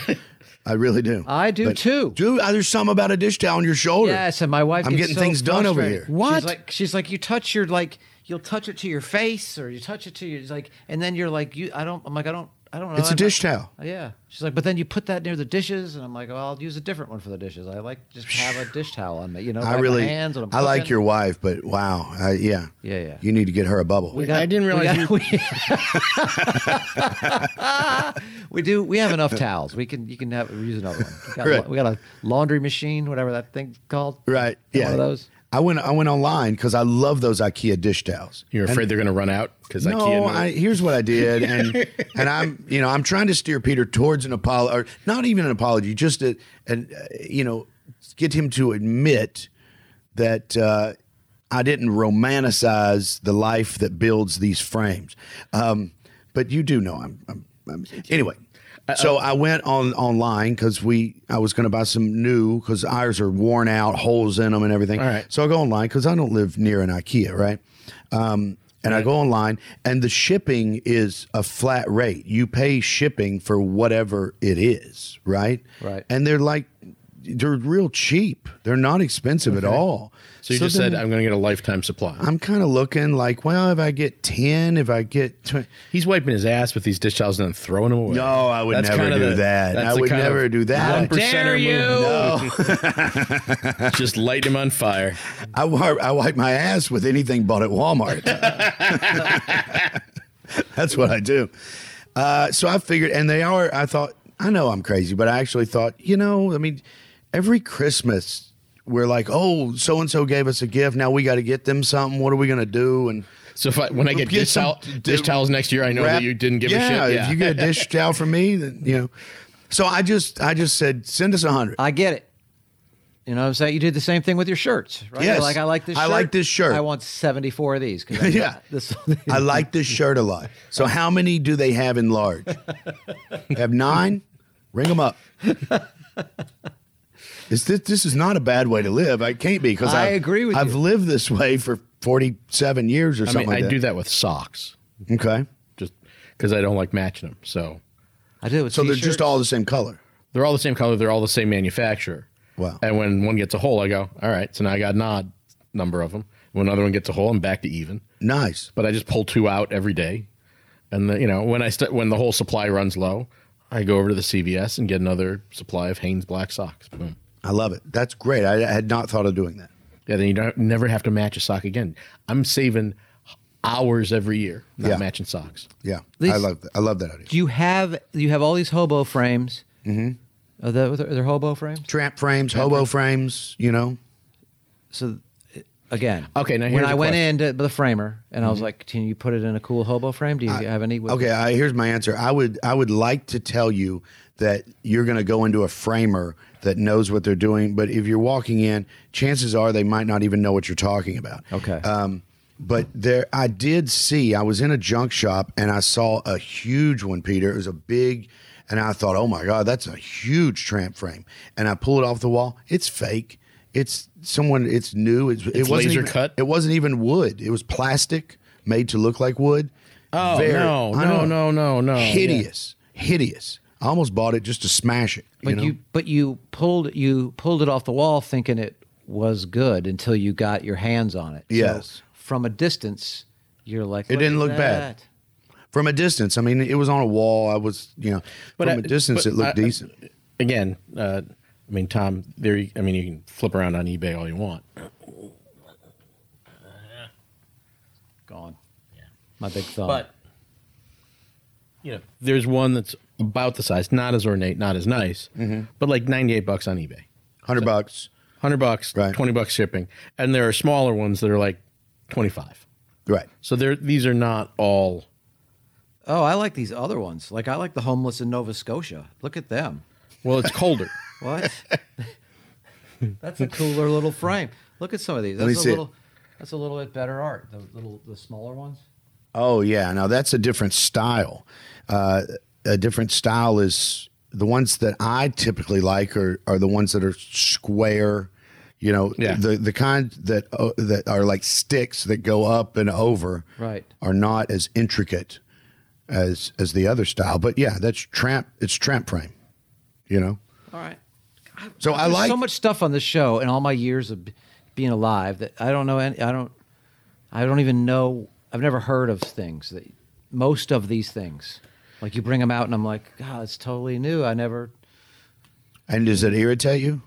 I really do. I do too. Dude, uh, there's something about a dish towel on your shoulder. Yes, and my wife. I'm gets getting so things done over frustrated. here. What? What? She's like, she's like, you touch your like, you'll touch it to your face, or you touch it to your it's like, and then you're like, you, I don't. I'm like, I don't, I don't know. It's a I'm dish not- towel. Yeah. She's like, but then you put that near the dishes, and I'm like, well, I'll use a different one for the dishes. I like just have a dish towel on me, you know. I wipe my really, hands when I'm I like cooking. your wife, but wow, I, yeah, Yeah, yeah. You need to get her a bubble. We got- I didn't we realize got- We, we do. We have enough towels. We can. You can have use another one. We got, a- Right. we got a laundry machine, whatever that thing's called. Right? Got Yeah. One of those. I went. I went online because I love those IKEA dish towels. you're afraid they're going to run out because IKEA. No, knows- I, here's what I did, and and I'm you know I'm trying to steer Peter towards an apology, or not even an apology, just a, and uh, you know get him to admit that uh, I didn't romanticize the life that builds these frames. Um, but you do know I'm. I'm, I'm anyway. Uh, So I went on online because we I was going to buy some new because ours are worn out, holes in them, and everything. All right. So I go online because I don't live near an IKEA, right? Um, and I go online, and the shipping is a flat rate. You pay shipping for whatever it is, right? Right. And they're like, they're real cheap. They're not expensive at all. So you just then said I'm going to get a lifetime supply. I'm kind of looking like, well, if I get ten, if I get twenty. He's wiping his ass with these dish towels and then throwing them away. No, I would That's never kinda do the- that. that's I the would kind of never do One that. percenter dare you! move. just lighting him on fire. I, wi- I wipe my ass with anything bought at Walmart. That's what I do. Uh, so I figured, and they are, I thought, I know I'm crazy, but I actually thought, you know, I mean, every Christmas we're like, oh, so and so gave us a gift. Now we got to get them something. What are we going to do? And So if I, when I get, Get dish, some- towel, dish towels next year, I know wrap- that you didn't give yeah, a shit. If you get a dish towel from me, then, you know. So I just, I just said, send us a hundred. I get it. You know what I'm saying? You did the same thing with your shirts, right? You're Yes. Like I like this. I like this shirt. I want 74 of these. 'cause I Yeah. got This. I like this shirt a lot. So how many do they have in large? have nine? Ring them up. Is this this is not a bad way to live? I can't be because I agree with I've you. lived this way for forty seven years or I something. mean, I like do that with socks that. Okay, just because I don't like matching them. So I do. It with so they're t-shirts. just all the same color. they're all the same color. They're all the same manufacturer. Wow. And when one gets a hole, I go, all right. So now I got an odd number of them. When another one gets a hole, I'm back to even. Nice. But I just pull two out every day. And the, you know, when I st- when the whole supply runs low, I go over to the CVS and get another supply of Hanes black socks. Boom. I love it. That's great. I, I had not thought of doing that. Yeah, then you don't never have to match a sock again. I'm saving hours every year not Yeah. matching socks. Yeah, I These- love that. I love that idea. Do you have you have all these hobo frames? Mm-hmm. Are they, are they hobo frames? Tramp frames, hobo frames. You know, So uh, again, Okay, now when here's I a went question. into the framer and I was like, "Can you put it in a cool hobo frame? Do you have any?" With Mm-hmm. Okay, I, here's my answer. I would I would like to tell you that you're going to go into a framer that knows what they're doing, but if you're walking in, chances are they might not even know what you're talking about. Okay. Um, but there, I did see. I was in a junk shop and I saw a huge one, Peter. It was a big, and I thought, oh my god, that's a huge tramp frame. And I pull it off the wall. It's fake. It's someone. It's new. It's, it wasn't laser even, cut? It wasn't even wood. It was plastic made to look like wood. Oh Very- no, I no, know. no, no, no. Hideous, hideous. I almost bought it just to smash it. but you know? you but you pulled you pulled it off the wall thinking it was good until you got your hands on it. So Yes. from a distance, you're like, It didn't at look bad. that." from a distance. I mean, it was on a wall. I was, you know, But from I- a distance, but it looked I- decent. Again, uh, I mean, Tom, there. You, I mean, you can flip around on eBay all you want. Gone. My big thumb. But you know, there's one that's about the size, not as ornate, not as nice, but like 98 bucks on eBay. Hundred bucks, 100 bucks, Right. 20 bucks shipping. And there are smaller ones that are like 25. right? So they're these are not all oh, I like these other ones. Like I like the homeless in Nova Scotia. Look at them. well, it's colder. What? that's a cooler little frame. Look at some of these. That's me a see it. little that's a little bit better art. The little the smaller ones. Oh yeah. Now that's a different style. Uh, a different style is the ones that I typically like are are the ones that are square. You know, Yeah. the the kind that uh, that are like sticks that go up and over. Right. Are not as intricate as as the other style. But yeah, that's tramp. It's tramp frame. You know. All right. So I There's like so much stuff on this show and all my years of b- being alive that I don't know any I don't I don't even know I've never heard of things that most of these things. Like you bring them out and I'm like, God, it's totally new. I never And does it irritate you,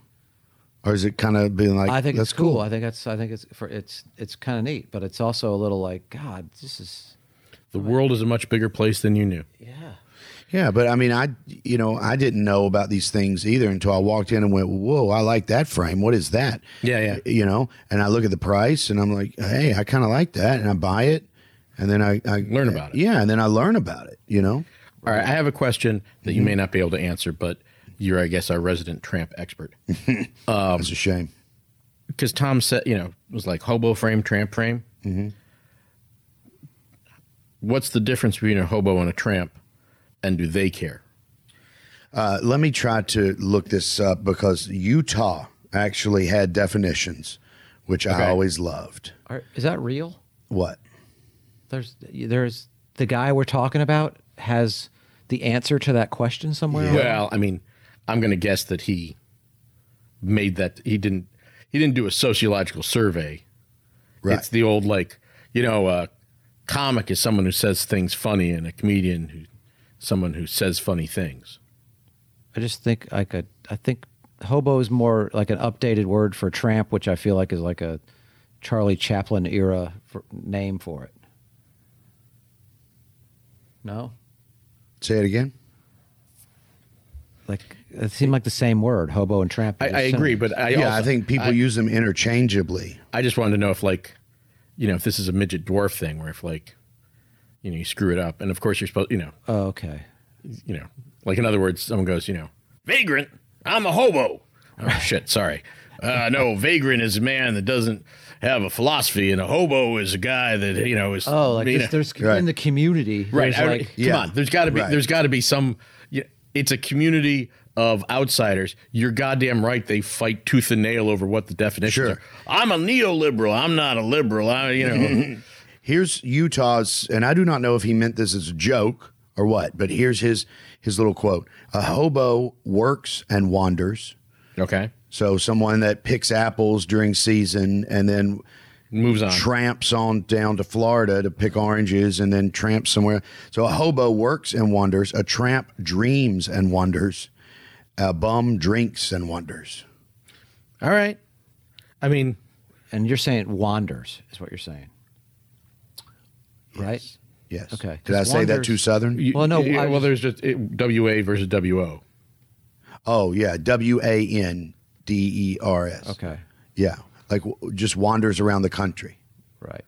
or is it kind of being like? I think that's it's cool. I think that's I think it's for it's it's kind of neat, but it's also a little like, God, this is The world is a much bigger place than you knew. yeah. Yeah, but I mean, I you know I didn't know about these things either until I walked in and went, "Whoa, I like that frame. What is that?" Yeah, yeah. You know, and I look at the price and I'm like, "Hey, I kind of like that," and I buy it, and then I, I Learn about it. Yeah, and then I learn about it. You know, All right, I have a question that you may not be able to answer, but you're, I guess, our resident tramp expert. Um, it's a shame. Because Tom said, you know, was like hobo frame, tramp frame. What's the difference between a hobo and a tramp, and do they care? Uh, let me try to look this up because Utah actually had definitions, which I Okay. always loved. Are, is that real? What? There's there's the guy we're talking about has the answer to that question somewhere. Well, I mean, I'm going to guess that he made that he didn't he didn't do a sociological survey. Right. It's the old like you know, uh, comic is someone who says things funny, and a comedian who someone who says funny things. I just think I could. I think hobo is more like an updated word for tramp, which I feel like is like a Charlie Chaplin era for, name for it. No, Say it again. like it seemed like the same word, hobo and tramp. I, I agree, but I yeah, also, I think people use them interchangeably. I just wanted to know if like, you know, if this is a midget dwarf thing, where if like, you know, you screw it up, and of course you're supposed, you know, oh, okay. you know, like in other words, someone goes, you know, vagrant, I'm a hobo. Oh shit, sorry. Uh, no, vagrant is a man that doesn't have a philosophy, and a hobo is a guy that you know is Oh, like you know, this, there's Right. in the community, right. there's I- like come Yeah. on, there's got to be Right. there's got to be some. y- It's a community of outsiders. You're goddamn right. They fight tooth and nail over what the definitions Sure. are. I'm a neoliberal. I'm not a liberal. I you know. Here's Utah's, and I do not know if he meant this as a joke or what, but here's his his little quote: "A hobo works and wanders." okay. So someone that picks apples during season and then Moves on. tramps on down to Florida to pick oranges and then tramps somewhere. So a hobo works and wanders. A tramp dreams and wanders. A bum drinks and wanders. All right. I mean, and you're saying it wanders is what you're saying, right? Yes. Okay. Did I say that Wanders- too southern? you, Well, no, you- I well, was- there's just it, WA versus WO. Oh yeah, W A N D E R S. Okay, Yeah, like w- just wanders around the country, right.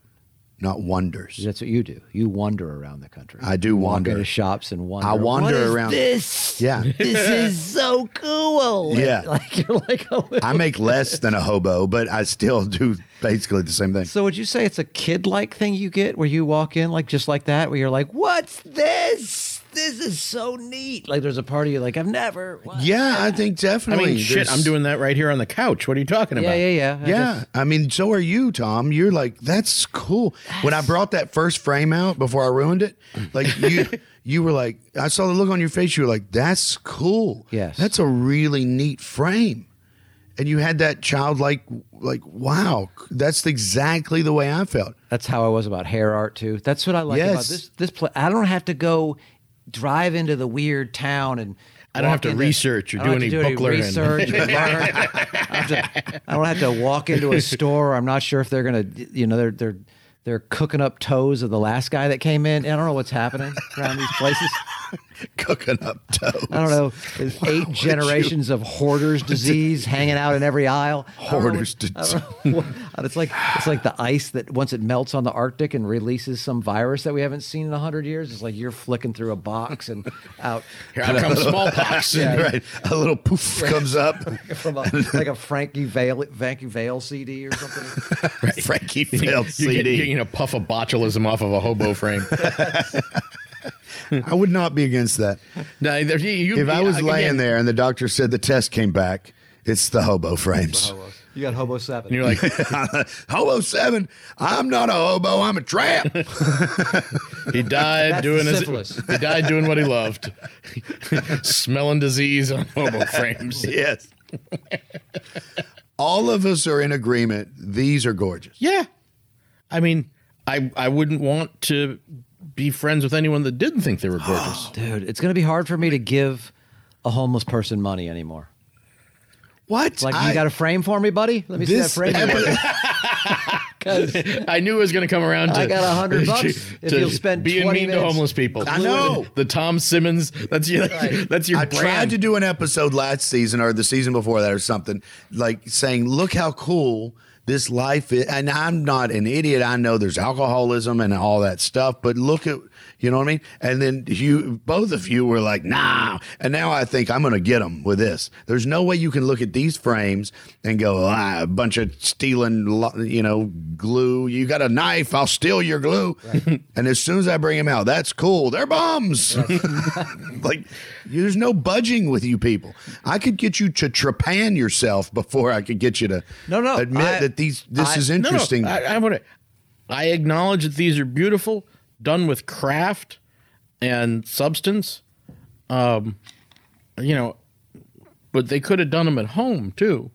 not wonders. That's what you do. You wander around the country. I do Walk wander. into shops and wander. I wander What is around- This. Yeah. This is so cool. Yeah. Like you're like. Oh. I make less than a hobo, but I still do basically the same thing. So would you say it's a kid-like thing you get where you walk in like just like that where you're like, "What's this? This is so neat." Like there's a party you're like, "I've never." what?" yeah, I think I definitely. mean, shit, there's- I'm doing that right here on the couch. What are you talking Yeah, about? yeah, yeah. I Yeah, guess. I mean, so are you, Tom. You're like, that's cool. When I brought that first frame out before I ruined it, like you, you were like, I saw the look on your face. You were like, that's cool. Yes. that's a really neat frame. And you had that childlike, like, wow, that's exactly the way I felt. That's how I was about hair art too. That's what I like about Yes. this this place. I don't have to go drive into the weird town and I don't have walk to into- research or I do don't any have to book learning. research or learn. I, don't have to, I don't have to walk into a store. I'm not sure if they're gonna, you know, they're they're they're cooking up toes of the last guy that came in. I don't know what's happening around these places. Cooking up toes. I don't know. There's eight generations of hoarders disease hanging out in every aisle. I don't know Hoarders what- I don't know what- uh, It's like it's like the ice that once it melts on the Arctic and releases some virus that we haven't seen in hundred years. It's like you're flicking through a box and out Here I come smallpox. right. A little poof comes up. from a, like a Frankie Vale Frankie Vale CD or something. Frankie You, failed you get- CD. you know, puff of botulism off of a hobo frame. I would not be against that. No, there- you- you- If I was again, laying there and the doctor said the test came back, it's the hobo frames. You got Hobo Seven. and you're like, hobo seven. I'm not a hobo. I'm a tramp. he died That's doing the his, syphilis. he died doing what he loved, smelling disease on hobo frames. yes. All of us are in agreement. These are gorgeous. Yeah. I mean, I I wouldn't want to be friends with anyone that didn't think they were gorgeous. Dude, it's gonna be hard for me to give a homeless person money anymore. What? Like I- you got a frame for me, buddy? Let me see that this frame. epi- I knew it was going to come around to I got a hundred bucks to- if to you'll spend being 20 mean to minutes. homeless people. I know. The Tom Simmons, that's your that's your I brand. tried to do an episode last season or the season before that or something, like saying, look how cool this life is. And I'm not an idiot. I know there's alcoholism and all that stuff, but look at, you know what I mean? And then you, both of you were like, nah. And now I think I'm going to get them with this. There's no way you can look at these frames and go, ah, a bunch of stealing, lo- you know, glue. You got a knife. I'll steal your glue. and as soon as I bring them out, that's cool. They're bums. like you- there's no budging with you people. I could get you to trepan yourself before I could get you to No, no, admit I- that these this I- is No, no, interesting. I, I want to. I acknowledge that these are beautiful, done with craft and substance. Um, you know, but they could have done them at home too.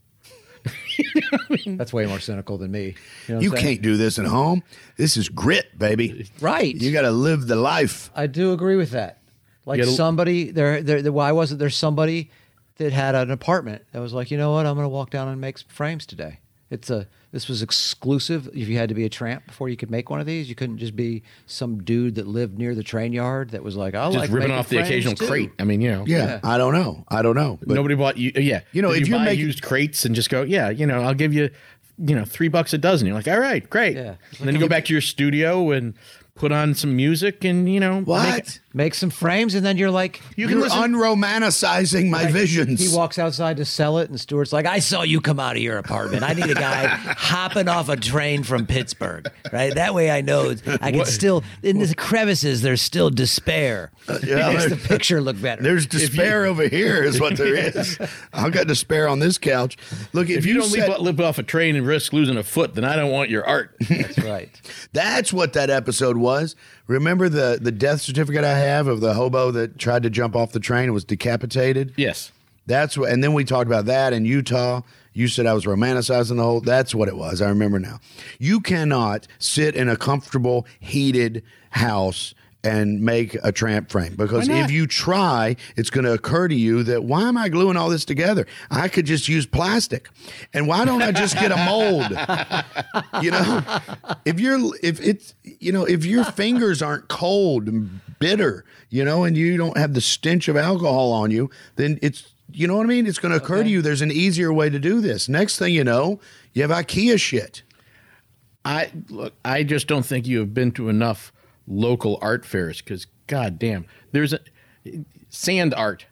That's way more cynical than me. know what I'm You saying? can't do this at home. This is grit, baby. Right. You got to live the life. I do agree with that. Like gotta- somebody there, there, there- why wasn't there somebody that had an apartment that was like, you know what, I'm going to walk down and make some frames today. It's a this was exclusive. If you had to be a tramp before you could make one of these, you couldn't just be some dude that lived near the train yard that was like, I Just like ripping making off the frames occasional too. crate. I mean, you know, Yeah, Yeah. I don't know. I don't know. But Nobody bought you. Yeah, You know, Did if you're buy making- used crates and just go, yeah, you know, I'll give you, you know, three bucks a dozen. You're like, all right, great. Yeah. And then you go back to your studio and put on some music and you know, make- what? Make some frames, and then you're like, you can You're listen. unromanticizing my visions. He walks outside to sell it, and Stuart's like, "I saw you come out of your apartment. I need a guy hopping off a train from Pittsburgh, right? That way, I know it's- I can still in the crevices. There's still despair. Uh, yeah, it makes the there- picture look better. There's despair over here, is what there is. I've got despair on this couch. Look, if, if you, don't said, leap, live off a train and risk losing a foot, then I don't want your art. That's right. that's what that episode was. Remember the the death certificate I have of the hobo that tried to jump off the train and was decapitated. yes. That's what, and then we talked about that in Utah. You said I was romanticizing the whole. That's what it was. I remember now. You cannot sit in a comfortable, heated house and make a tramp frame because Why not? if you try, it's going to occur to you that why am I gluing all this together? I could just use plastic, and why don't I just get a mold? you know if you're if it's you know if your fingers aren't cold and bitter you know and you don't have the stench of alcohol on you then it's you know what i mean it's going to occur to you there's an easier way to do this next thing you know you have ikea shit I look. I just don't think you have been to enough local art fairs because, goddamn, there's a sand art,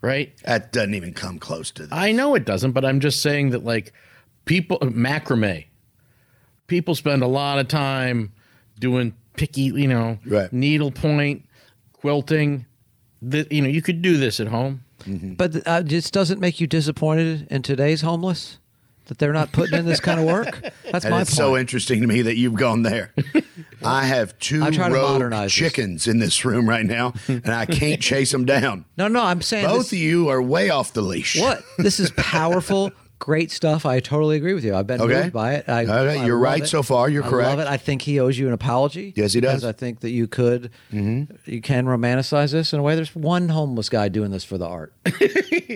right? that doesn't even come close to Uh, that I know it doesn't, but I'm just saying that like people macrame, people spend a lot of time doing picky, you know, Right. needlepoint, quilting. That you know, you could do this at home. But uh, just doesn't make you disappointed in today's homeless that they're not putting in this kind of work. That's and my it's point. so interesting to me that you've gone there i have two I'm trying to rogue modernize this. chickens in this room right now and i can't chase them down no, no, I'm saying both this- of you are way off the leash What? This is powerful, great stuff. I totally agree with you. I've been Okay. moved by it. I, Okay, I you're love right it. so far. You're I correct. love it. I think he owes you an apology. Yes, he does. Mm-hmm. because I think that you could, you can romanticize this in a way. There's one homeless guy doing this for the art.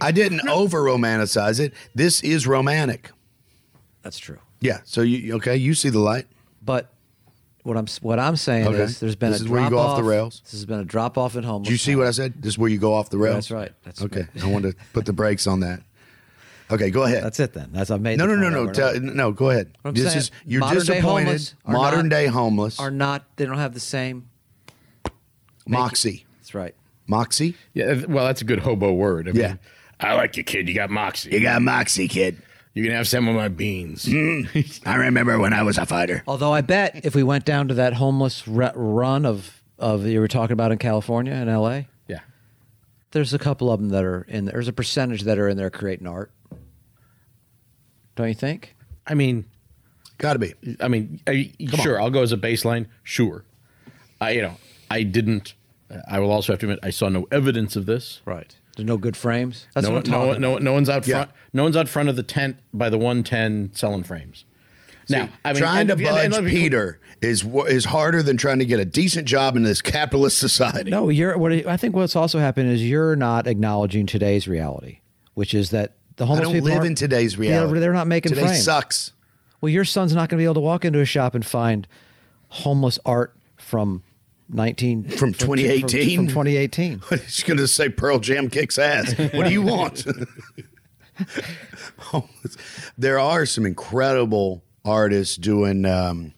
i didn't over romanticize it this is romantic That's true. Yeah. So you okay? You see the light. But what I'm what I'm saying Okay. is, there's been This a is drop where you go off the rails. This has been a drop off in homeless. Do you see what I said? This is where you go off the rails. That's right. That's okay. I want to put the brakes on that. Okay, go ahead. That's it. Then that's I made. no, the no, no, point no, over and tell, over. no. Go ahead. What I'm This saying, is you're modern day disappointed. homeless are modern not- day homeless. Are Are not they don't have the same? moxie, That's right. moxie. Yeah, th- well, that's a good hobo word. I Yeah. mean, I like you, kid. You got moxie. You got Mm-hmm. moxie, kid. You can have some of my beans. I remember when I was a fighter. Although I bet if we went down to that homeless re- run of of you were talking about in California and L.A., Yeah. there's a couple of them that are in. There's a percentage that are in there creating art. Don't you think? I mean, Gotta be. I mean, I, sure, I'll go as a baseline. Sure, I you know, I didn't. I will also have to admit, I saw no evidence of this. Right. There's no good frames. That's no, what I'm no, talking about. no, no one's out Yeah. front. No one's out front of the tent by the one ten selling frames. Now, I mean, trying and- to and- budge and let me- Peter is wha- is harder than trying to get a decent job in this capitalist society. No, you're. What I think what's also happened is you're not acknowledging today's reality, which is that the I homeless don't people live aren't- in today's they're- reality. They're, not making Today frames. sucks. Well, your son's not going to be able to walk into a shop and find homeless art from nineteen From 2018? from, twenty eighteen. He's going to say Pearl Jam kicks ass. What do you want? Oh, there are some incredible artists doing um,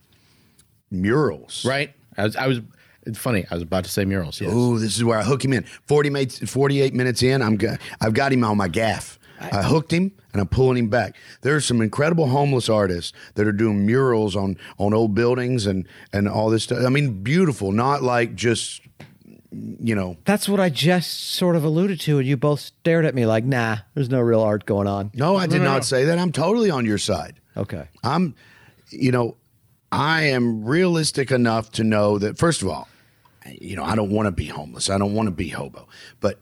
murals. right? I was, I was. It's funny. I was about to say murals. Yes. Ooh, this is where I hook him in. 40 mates, 48 minutes in, I'm go- I've got him on my gaff. I hooked him and I'm pulling him back. There are some incredible homeless artists that are doing murals on on old buildings and and all this stuff. I mean, beautiful, not like just you know. That's what I just sort of alluded to, and you both stared at me like, "Nah, there's no real art going on." No, I did not say that. I'm totally on your side. Okay. I'm, you know, I am realistic enough to know that, first of all, you know, I don't want to be homeless. I don't want to be hobo. But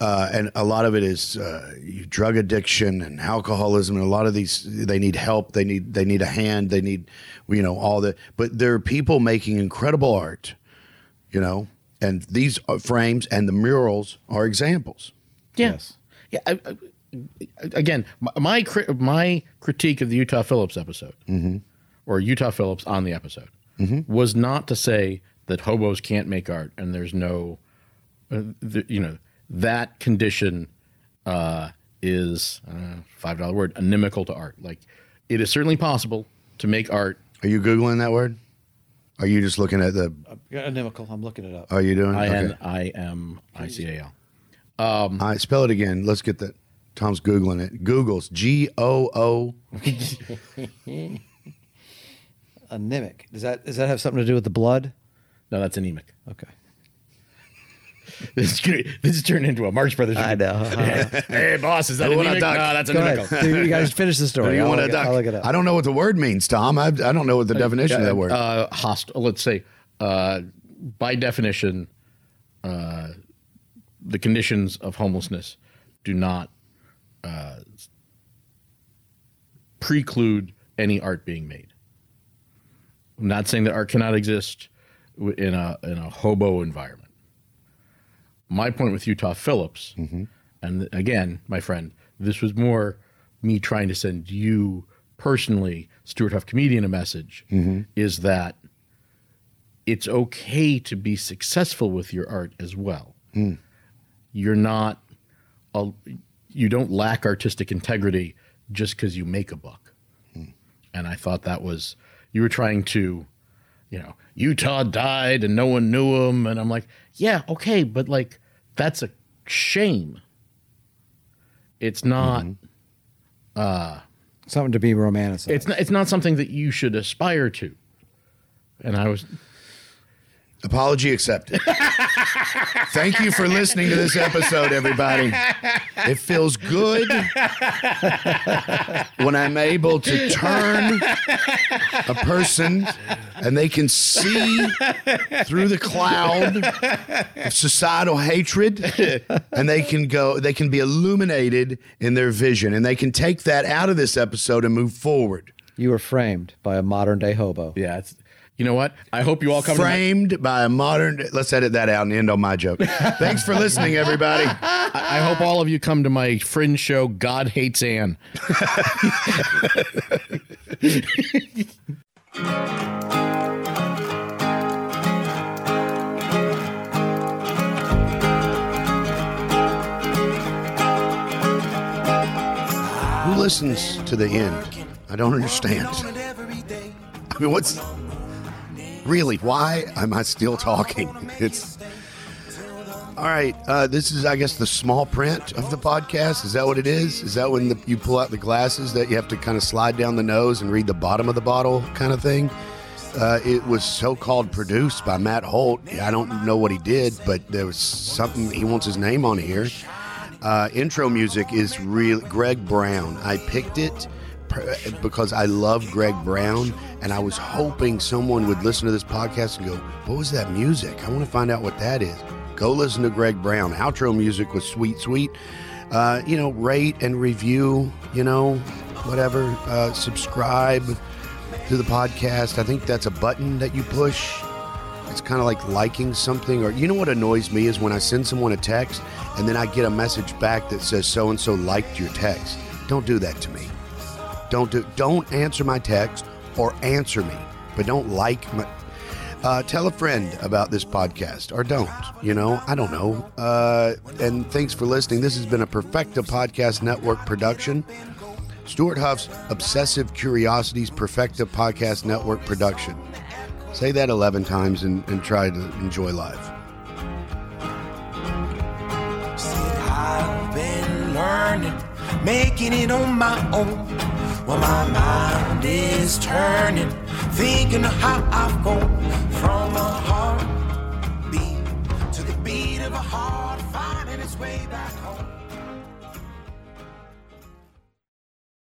uh, and a lot of it is uh, drug addiction and alcoholism, and a lot of these they need help. They need they need a hand. They need you know all the. But there are people making incredible art, you know, and these uh, frames and the murals are examples. Yeah. Yes. Yeah. I, I, again, my my, cri- my critique of the Utah Phillips episode or Utah Phillips on the episode was not to say that hobos can't make art and there's no, uh, th- you know, that condition uh, is uh, five dollar word inimical to art. Like, it is certainly possible to make art. Are you googling that word? Are you just looking at the? Inimical. I'm looking it up. Are you doing? I N Uh, okay. I M I C A L. All right, spell it again. Let's get that. Tom's googling it. Google's G O O. Anemic. Does that does that have something to do with the blood? No, that's anemic. Okay. This is, gonna- this is turned into a Marx Brothers. I know. hey, boss, is that Who wanna anemic? duck? No, that's Go anemic. ahead. You guys finish the story. You I'll, want to look it, duck? I'll look it up. I don't know what the word means, Tom. I, I don't know what the definition of that word. Uh, hostile. Let's say, uh, by definition, uh, the conditions of homelessness do not uh, preclude any art being made. I'm not saying that art cannot exist w- in a in a hobo environment. My point with Utah Phillips, and again, my friend, this was more me trying to send you personally, Stuart Huff comedian, a message is that it's okay to be successful with your art as well. You're not, a, you don't lack artistic integrity just because you make a buck. And I thought that was, you were trying to, you know, Utah died and no one knew him. And I'm like, yeah, okay, but like, that's a shame. It's not, Something to be romanticized. it's not, it's not something that you should aspire to. And I was, Apology accepted. Thank you for listening to this episode, everybody. It feels good when I'm able to turn a person and they can see through the cloud of societal hatred and they can go, they can be illuminated in their vision and they can take that out of this episode and move forward. you were framed by a modern day hobo. Yeah, it's you know what? I hope you all come. framed by a modern. Let's edit that out and end on my joke. Thanks for listening, everybody. To my, I I hope all of you come to my fringe show. God hates Anne. Who listens to the end? I don't understand. I mean, what's really why am I still talking? It's all right. Uh, this is, I guess, the small print of the podcast. Is that what it is? Is that when the, you pull out the glasses that you have to kind of slide down the nose and read the bottom of the bottle kind of thing? Uh, it was so-called produced by Matt Holt. I don't know what he did, but there was something he wants his name on here. Uh, intro music is real Greg Brown. I picked it per- because I love Greg Brown, and I was hoping someone would listen to this podcast and go, "What was that music? I want to find out what that is." Go listen to Greg Brown. Outro music was sweet, sweet. Uh, you know, rate and review. You know, whatever. Uh, subscribe to the podcast. I think that's a button that you push. It's kind of like liking something, or you know what annoys me is when I send someone a text and then I get a message back that says so and so liked your text. Don't do that to me. Don't do. Don't answer my text or answer me, but don't like my. Uh, tell a friend about this podcast or don't. You know, I don't know. Uh, and thanks for listening. This has been a Perfecta Podcast Network production. Stuart Huff's Obsessive Curiosities Perfecta Podcast Network production. Say that 11 times and, and try to enjoy life. Said I've been learning, making it on my own. While my mind is turning, thinking of how I've gone from a heartbeat to the beat of a heart, finding its way back home.